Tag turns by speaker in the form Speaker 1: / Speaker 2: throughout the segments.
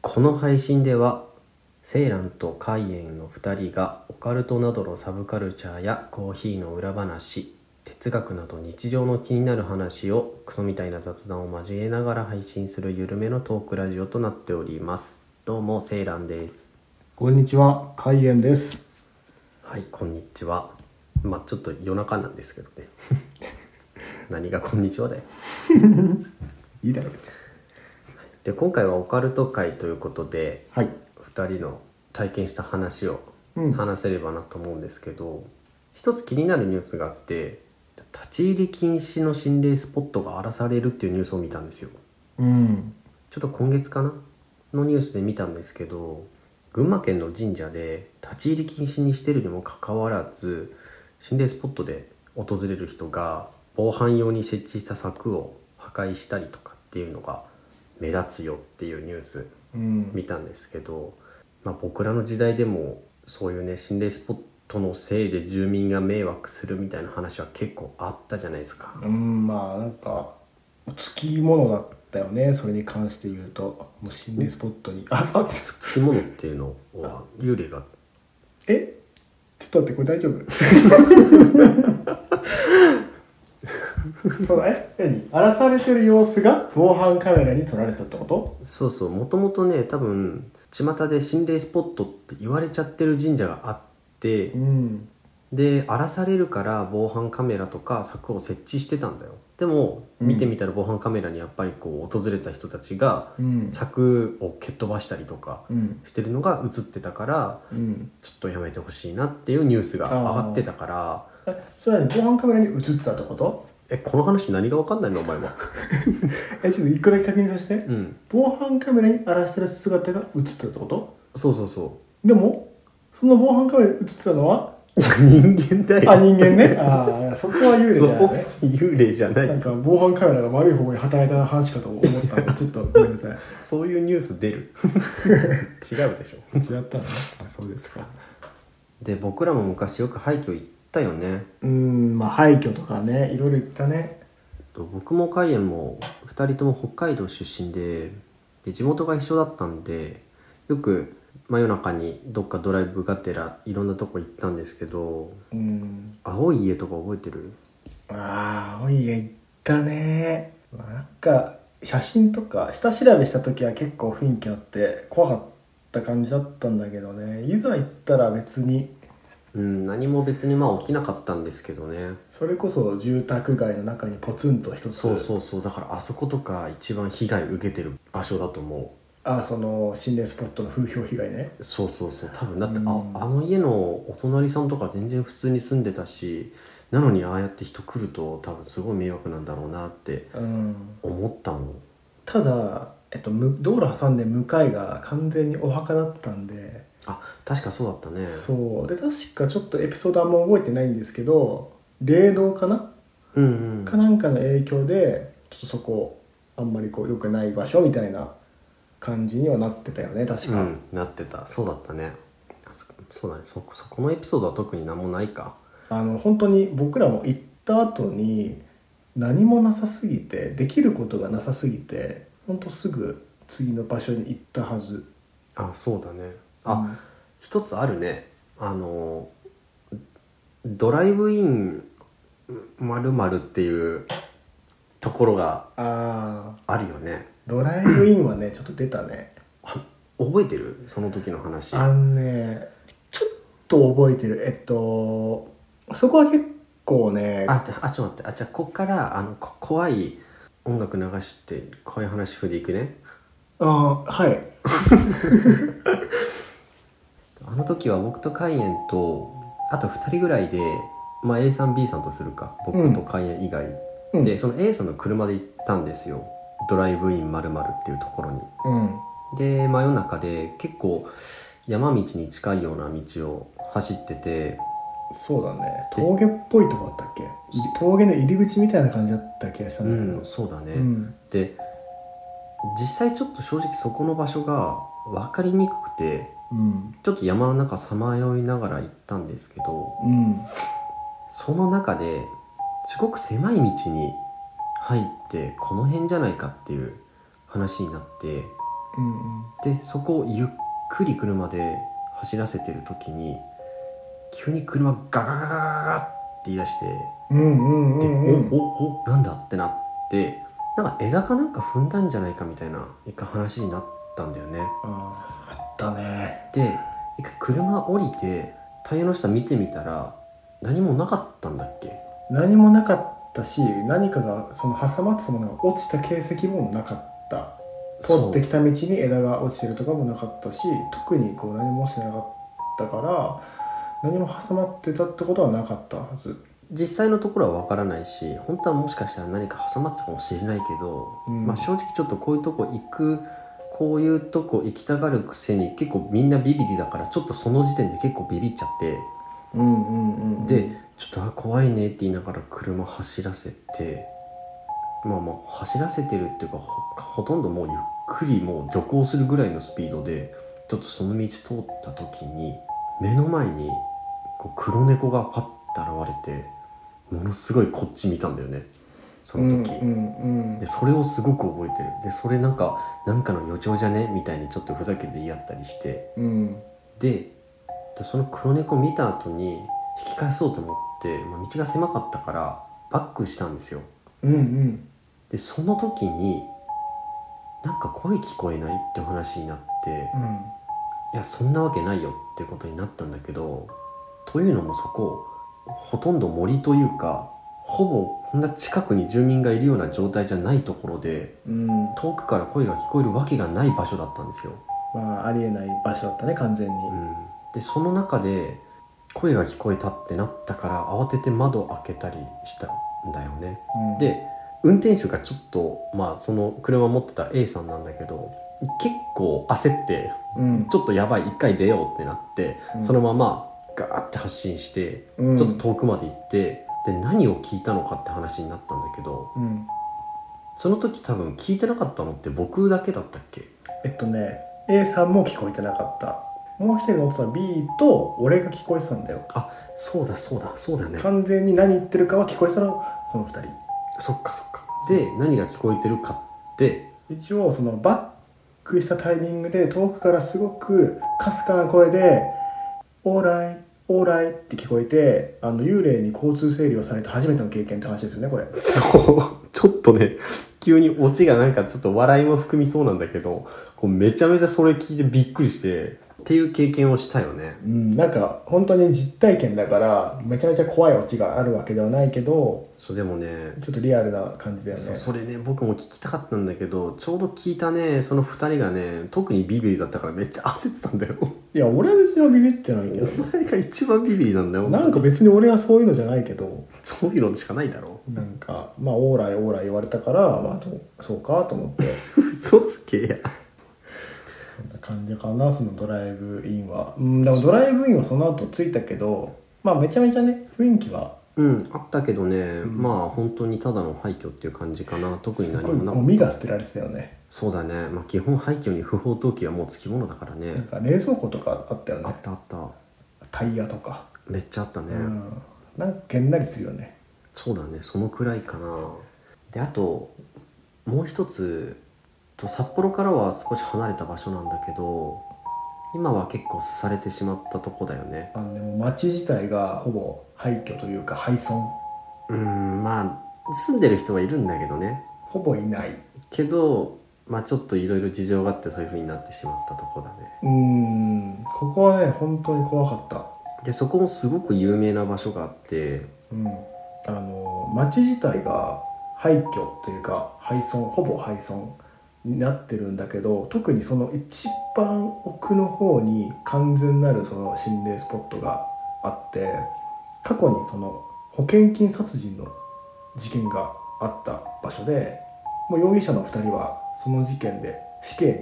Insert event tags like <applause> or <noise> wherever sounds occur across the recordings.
Speaker 1: この配信ではセイランとカイエンの2人がオカルトなどのサブカルチャーやコーヒーの裏話哲学など日常の気になる話をクソみたいな雑談を交えながら配信するゆるめのトークラジオとなっておりますどうもセイランです
Speaker 2: こんにちは、海燕です。
Speaker 1: はいこんにちはまあちょっと夜中なんですけど <laughs> ね何がこんにちはだよ
Speaker 2: いいだろ別に。
Speaker 1: で今回はオカルト会ということで
Speaker 2: はい。
Speaker 1: 2人の体験した話を
Speaker 2: うん
Speaker 1: 話せればなと思うんですけど、一つ気になるニュースがあって立ち入り禁止の心霊スポットが荒らされるっていうニュースを見たんですよ
Speaker 2: うん。
Speaker 1: ちょっと今月かなのニュースで見たんですけど群馬県の神社で立ち入り禁止にしてるにもかかわらず心霊スポットで訪れる人が防犯用に設置した柵を破壊したりとかっていうのが目立つよっていうニュース
Speaker 2: うん。
Speaker 1: 見たんですけど、まあ、僕らの時代でもそういうね心霊スポットのせいで住民が迷惑するみたいな話は結構あったじゃないですか
Speaker 2: うん、まあなんか、つきものだったよね、それに関して言うと。もう心霊スポットに。あ、あ、ちょ
Speaker 1: つつきものっていうのは幽霊が
Speaker 2: えちょっと待って、これ大丈夫そうだえ何荒らされてる様子が防犯カメラに撮られてたってこと
Speaker 1: そうそうもともとね多分巷で心霊スポットって言われちゃってる神社があって
Speaker 2: うん。
Speaker 1: で荒らされるから防犯カメラとか柵を設置してたんだよでも
Speaker 2: うん
Speaker 1: 見てみたら防犯カメラにやっぱりこう訪れた人たちが
Speaker 2: うん。
Speaker 1: 柵を蹴っ飛ばしたりとか
Speaker 2: うん。
Speaker 1: してるのが映ってたから
Speaker 2: うん。
Speaker 1: ちょっとやめてほしいなっていうニュースが上がってたから
Speaker 2: え、それは防犯カメラに映ってたってこと
Speaker 1: えこの話何が分かんないのお前は <laughs>
Speaker 2: <laughs> え、ちょっと一個だけ確認させて。
Speaker 1: うん
Speaker 2: 防犯カメラに荒らしてる姿が映ってたってこと
Speaker 1: そうそう <laughs> そ
Speaker 2: でもその防犯カメラに映ってたのは
Speaker 1: ういや人間だよ
Speaker 2: あ人間ねああそこは幽霊じ
Speaker 1: そ
Speaker 2: ゃな
Speaker 1: こ
Speaker 2: いね
Speaker 1: 別に幽霊じゃな
Speaker 2: なん
Speaker 1: い
Speaker 2: か防犯カメラが悪い方に働いた話かと思った
Speaker 1: <laughs>
Speaker 2: のでちょっとごめんなさい
Speaker 1: そういうニュース出る <laughs> 違うでしょ
Speaker 2: 違ったのあそうですか
Speaker 1: で僕らも昔よく廃墟行ったよね
Speaker 2: うーんまあ廃墟とかねいろいろ言ったね
Speaker 1: と僕も海燕も2人とも北海道出身でで地元が一緒だったんでよく真夜中にどっかドライブがてらいろんなとこ行ったんですけど
Speaker 2: うーん
Speaker 1: 青い家とか覚えてる
Speaker 2: ああ青い家行ったね、まあ、なんか写真とか下調べした時は結構雰囲気あって怖かった感じだったんだけどねいざ行ったら別に
Speaker 1: うん、何も別にまあ起きなかったんですけどね
Speaker 2: それこそ住宅街の中にポツンと一つ
Speaker 1: そうそうそうだからあそことか一番被害受けてる場所だと思
Speaker 2: あその心霊スポットの風評被害ね
Speaker 1: うそうそうそう多分だってあ,、
Speaker 2: うん
Speaker 1: あの家のお隣さんとか全然普通に住んでたしなのにああやって人来ると多分すごい迷惑なんだろうなって
Speaker 2: うん
Speaker 1: 思ったもん
Speaker 2: ただ、えっと、む道路挟んで向かいが完全にお墓だったんで、
Speaker 1: あ確かそうだったね
Speaker 2: そうで確かちょっとエピソードあんま覚えてないんですけど霊道かな、
Speaker 1: うんうん
Speaker 2: かなんかの影響でちょっとそこあんまりこう良くない場所みたいな感じにはなってたよね確
Speaker 1: う
Speaker 2: か、
Speaker 1: んなってたそうだったねそそうだねそそこのエピソードは特に何もないか
Speaker 2: あの本当に僕らも行った後に何もなさすぎてできることがなさすぎて本当すぐ次の場所に行ったはず
Speaker 1: あそうだねあ、
Speaker 2: うん
Speaker 1: 一つあるねあのドライブインまるまるっていうところが
Speaker 2: あ
Speaker 1: あるよね
Speaker 2: ードライブインはねちょっと出たね
Speaker 1: あ覚えてるその時の話
Speaker 2: あのねちょっと覚えてるえっとそこは結構ね
Speaker 1: あちょあちょっと待ってあじゃあこっからあのこ怖い音楽流して怖い話振りいくね
Speaker 2: あーはい
Speaker 1: あの時は僕とカイエンとあと2人ぐらいで、まあ、A さん B さんとするか僕とカイエン以外、
Speaker 2: うん
Speaker 1: でその A さんの車で行ったんですよドライブインまるまるっていうところに
Speaker 2: うん
Speaker 1: で真夜中で結構山道に近いような道を走ってて
Speaker 2: そうだね峠っぽいとこだったっけ峠の入り口みたいな感じだった気がした
Speaker 1: うん
Speaker 2: だ
Speaker 1: ん
Speaker 2: け
Speaker 1: そうだね、
Speaker 2: どうん
Speaker 1: で実際ちょっと正直そこの場所が分かりにくくて
Speaker 2: うん
Speaker 1: ちょっと山の中さまよいながら行ったんですけど
Speaker 2: うん
Speaker 1: その中ですごく狭い道に入ってこの辺じゃないかっていう話になって
Speaker 2: うんうん
Speaker 1: でそこをゆっくり車で走らせてる時に急に車がガガガガガガって言い出して
Speaker 2: うんうん
Speaker 1: で、
Speaker 2: うんうん
Speaker 1: おおおなんだってなってなんか枝かなんか踏んだんじゃないかみたいな一回話になったんだよね
Speaker 2: あーあったね
Speaker 1: で一回車降りてタイヤの下見てみたら何もなかったんだっけ
Speaker 2: 何もなかったし何かがその挟まってたものが落ちた形跡もなかった通ってきた道に枝が落ちてるとかもなかったし特にこう何もしてなかったから何も挟まってたってことはなかったはず
Speaker 1: 実際のところは分からないし本当はもしかしたら何か挟まってたかもしれないけど、
Speaker 2: うん
Speaker 1: まあ、正直ちょっとこういうとこ行くこういうとこ行きたがるくせに結構みんなビビりだからちょっとその時点で結構ビビっちゃって
Speaker 2: うんうんうんうん
Speaker 1: でちょっとあ怖いねって言いながら車走らせてまあまあ走らせてるっていうかほほとんどもうゆっくりもう徐行するぐらいのスピードでちょっとその道通った時に目の前にこう黒猫がパッと現れてものすごいこっち見たんだよねその時。
Speaker 2: うんうんうん
Speaker 1: でそれをすごく覚えてるでそれなんかなんかの予兆じゃねみたいにちょっとふざけて言い合ったりして
Speaker 2: うん
Speaker 1: でその黒猫見た後に引き返そうと思って、まあ、道が狭かったからバックしたんですよ
Speaker 2: うんうん
Speaker 1: でその時になんか声聞こえないって話になって
Speaker 2: うん
Speaker 1: いやそんなわけないよっていうことになったんだけどというのもそこほとんど森というかほぼこんな近くに住民がいるような状態じゃないところで
Speaker 2: うん
Speaker 1: 遠くから声が聞こえるわけがない場所だったんですよ。
Speaker 2: まあありえない場所だったね完全に
Speaker 1: うんでその中で声が聞こえたってなったから慌てて窓を開けたりしたんだよね
Speaker 2: うん
Speaker 1: で運転手がちょっとまあその車持ってた A さんなんだけど結構焦って
Speaker 2: うん
Speaker 1: ちょっとやばい一回出ようってなって、
Speaker 2: うん
Speaker 1: そのままガーって発進して、
Speaker 2: うん
Speaker 1: ちょっと遠くまで行ってで何を聞いたのかって話になったんだけど
Speaker 2: うん
Speaker 1: その時多分聞いてなかったのって僕だけだったっけ
Speaker 2: えっとね A さんも聞こえてなかったもう一人の奥さん B と俺が聞こえてたんだよ
Speaker 1: そうだそうだそうだね
Speaker 2: 完全に何言ってるかは聞こえてたのその二人
Speaker 1: そっかそっかで何が聞こえてるかって
Speaker 2: 一応そのバックしたタイミングで遠くからすごくかすかな声で「オーライオーライ」って聞こえてあの幽霊に交通整理をされて初めての経験って話ですよねこれ
Speaker 1: そうちょっとね急にオチがなんかちょっと笑いも含みそうなんだけどこうめちゃめちゃそれ聞いてびっくりしてっていう経験をしたよね
Speaker 2: うんなんか本当に実体験だからめちゃめちゃ怖いオチがあるわけではないけど
Speaker 1: そうでもね
Speaker 2: ちょっとリアルな感じだよね
Speaker 1: そうそれね僕も聞きたかったんだけどちょうど聞いたねその2人がね特にビビりだったからめっちゃ焦ってたんだよ
Speaker 2: いや俺は別にビビってないけど
Speaker 1: お前が一番ビビりなんだよ
Speaker 2: なんか別に俺はそういうのじゃないけど
Speaker 1: そういうのしかないだろ
Speaker 2: なんかまあオーライオーライ言われたからまあそうそうかと思って
Speaker 1: 嘘つけや
Speaker 2: そんな感じかなそのドライブインはうんでもドライブインはその後着いたけどまあめちゃめちゃね雰囲気は
Speaker 1: うんあったけどね、まあ本当にただの廃墟っていう感じかな特に
Speaker 2: す
Speaker 1: 何
Speaker 2: ごい
Speaker 1: もな
Speaker 2: ゴミが捨てられてたよね
Speaker 1: そうだね、まあ、基本廃墟に不法投棄はもうつきものだから
Speaker 2: なん
Speaker 1: ね
Speaker 2: か冷蔵庫とかあったよ
Speaker 1: あ
Speaker 2: ね
Speaker 1: ったあった
Speaker 2: タイヤとか
Speaker 1: めっちゃあったね、
Speaker 2: うんなんかげんなりするよね
Speaker 1: そうだねそのくらいかなであともう一つと札幌からは少し離れた場所なんだけど今は結構すされてしまったとこだよね
Speaker 2: あのでも街自体がほぼ廃墟というか廃村
Speaker 1: うんまあ住んでる人はいるんだけどね
Speaker 2: ほぼいない
Speaker 1: けどまあちょっといろいろ事情があってそういう風になってしまったとこだね
Speaker 2: うんここはね本当に怖かった
Speaker 1: でそこもすごく有名な場所があって
Speaker 2: うん、あの町自体が廃墟というか廃村ほぼ廃村になってるんだけど特にその一番奥の方に完全なるその心霊スポットがあって過去にその保険金殺人の事件があった場所でもう容疑者の2人はその事件で死刑に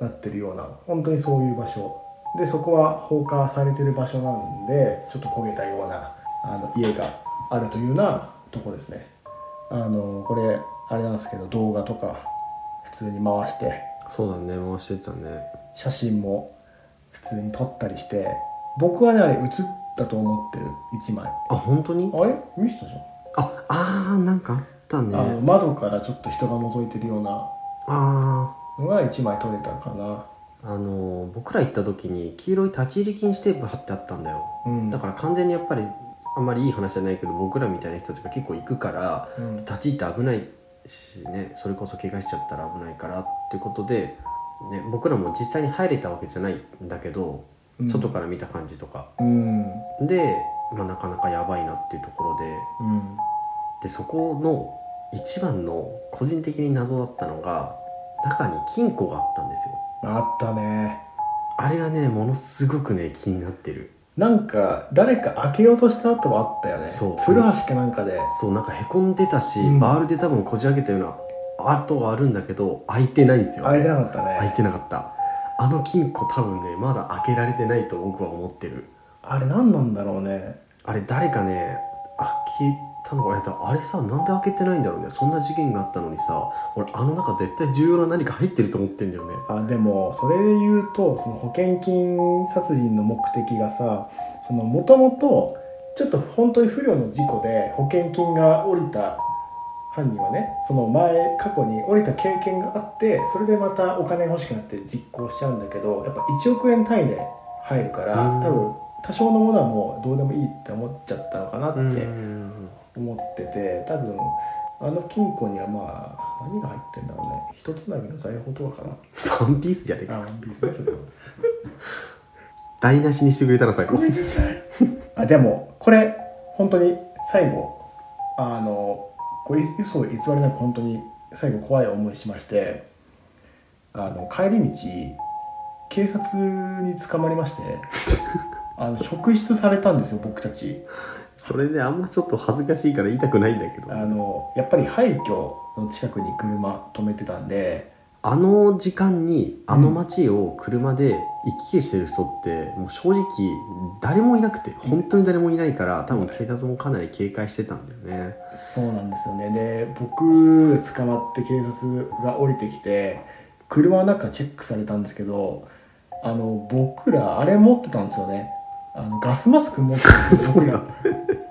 Speaker 2: なってるような本当にそういう場所でそこは放火されてる場所なんでちょっと焦げたようなあの家があるというようなとこですねあのこれあれなんですけど動画とか普通に回して
Speaker 1: そうだね回してたね
Speaker 2: 写真も普通に撮ったりして僕はねあれ映ったと思ってる1枚
Speaker 1: あ本当に
Speaker 2: あれ見せたじゃん、
Speaker 1: ああーなんかあったね
Speaker 2: あの窓からちょっと人が覗いてるような
Speaker 1: あ
Speaker 2: のが1枚取れたかな
Speaker 1: あの僕ら行った時に黄色い立ち入り禁止テープ貼ってあったんだよ
Speaker 2: うん
Speaker 1: だから完全にやっぱりあんまりいい話じゃないけど僕らみたいな人たちが結構行くから
Speaker 2: うん
Speaker 1: 立ち入って危ないしねそれこそ怪我しちゃったら危ないからっていうことで、ね、僕らも実際に入れたわけじゃないんだけど、
Speaker 2: うん
Speaker 1: 外から見た感じとか
Speaker 2: うん
Speaker 1: で、まあ、なかなかやばいなっていうところで
Speaker 2: うん
Speaker 1: でそこの一番の個人的に謎だったのが中に金庫があったんですよ
Speaker 2: あったね
Speaker 1: あれがねものすごくね気になってる
Speaker 2: なんか誰か開けようとした後もあったよね
Speaker 1: そう
Speaker 2: ツルハシかなんかで
Speaker 1: そうなんかへこんでたし、
Speaker 2: うん
Speaker 1: バールで多分こじ開けたような跡があるんだけど開いてないんですよ
Speaker 2: 開いてなかった
Speaker 1: 開い
Speaker 2: ね
Speaker 1: てなかったあの金庫多分ねまだ開けられてないと僕は思ってる
Speaker 2: あれ何なんだろうね
Speaker 1: あれ誰かね開けたのがあれだあれさなんで開けてないんだろうねそんな事件があったのにさ俺あの中絶対重要な何か入ってると思ってんだよね
Speaker 2: あでもそれで言うとその保険金殺人の目的がさもともとちょっと本当に不慮の事故で保険金が下りた犯人はねその前過去に下りた経験があってそれでまたお金が欲しくなって実行しちゃうんだけどやっぱ1億円単位で入るから
Speaker 1: うん
Speaker 2: 多分多少のものはもうどうでもいいって思っちゃったのかなって
Speaker 1: ん
Speaker 2: 思ってて多分あの金庫にはまあ何が入ってんだろうね一つなぎの財宝とかかな
Speaker 1: ワンピースじゃねえか
Speaker 2: あ、ワンピースね、それは。
Speaker 1: 台無しにしてくれたら <laughs> 最高
Speaker 2: なさい。あ、でも、これ、本当に、最後、あの、これ、嘘を偽りなく、本当に、最後、怖い思いしまして、あの、帰り道、警察に捕まりまして、あの、職質されたんですよ、僕たち。
Speaker 1: それねあんまちょっと恥ずかしいから言いたくないんだけど
Speaker 2: あの、やっぱり廃墟の近くに車止めてたんで、
Speaker 1: あの時間にあの街を車で行き来してる人ってもう正直誰もいなくて本当に誰もいないから多分警察もかなり警戒してたんだよね
Speaker 2: そうなんですよねで僕捕まって警察が降りてきて車の中チェックされたんですけどあの僕らあれ持ってたんですよねあのガスマスク持ってたん
Speaker 1: <laughs>
Speaker 2: ですよ僕ら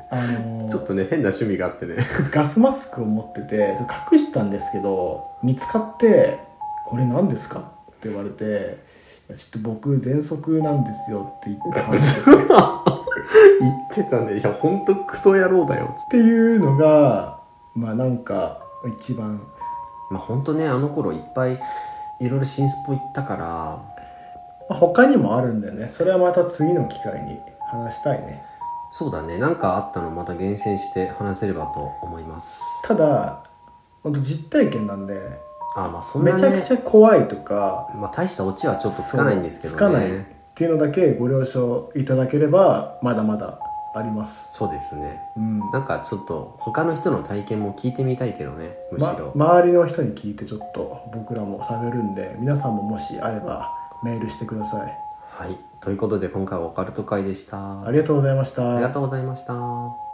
Speaker 2: あの
Speaker 1: ちょっとね変な趣味があってね
Speaker 2: ガスマスクを持っててそれ隠したんですけど見つかって「これ何ですか?」って言われて「いやちょっと僕喘息なんですよ」って言ってたんですよ
Speaker 1: <laughs> 言ってたねいや本当クソ野郎だよ
Speaker 2: っていうのがまあなんか一番
Speaker 1: まあ本当ねあの頃いっぱいいろいろ新スポ行ったから
Speaker 2: まあ他にもあるんだよねそれはまた次の機会に話したいね
Speaker 1: そうだねなんかあったのまた厳選して話せればと思います
Speaker 2: ただ本当実体験なんで
Speaker 1: あまあそん
Speaker 2: め
Speaker 1: な
Speaker 2: ち
Speaker 1: ね
Speaker 2: ゃくちゃ怖いとか
Speaker 1: まあ大したオチはちょっとつかないんですけどね
Speaker 2: そうつかないっていうのだけご了承いただければまだまだあります
Speaker 1: そうですね
Speaker 2: うん
Speaker 1: なんかちょっと他の人の体験も聞いてみたいけどねむしろ、
Speaker 2: ま、周りの人に聞いてちょっと僕らも探るんで皆さんももしあればメールしてください
Speaker 1: はいということで今回はオカルト会でした
Speaker 2: ありがとうございました
Speaker 1: ありがとうございました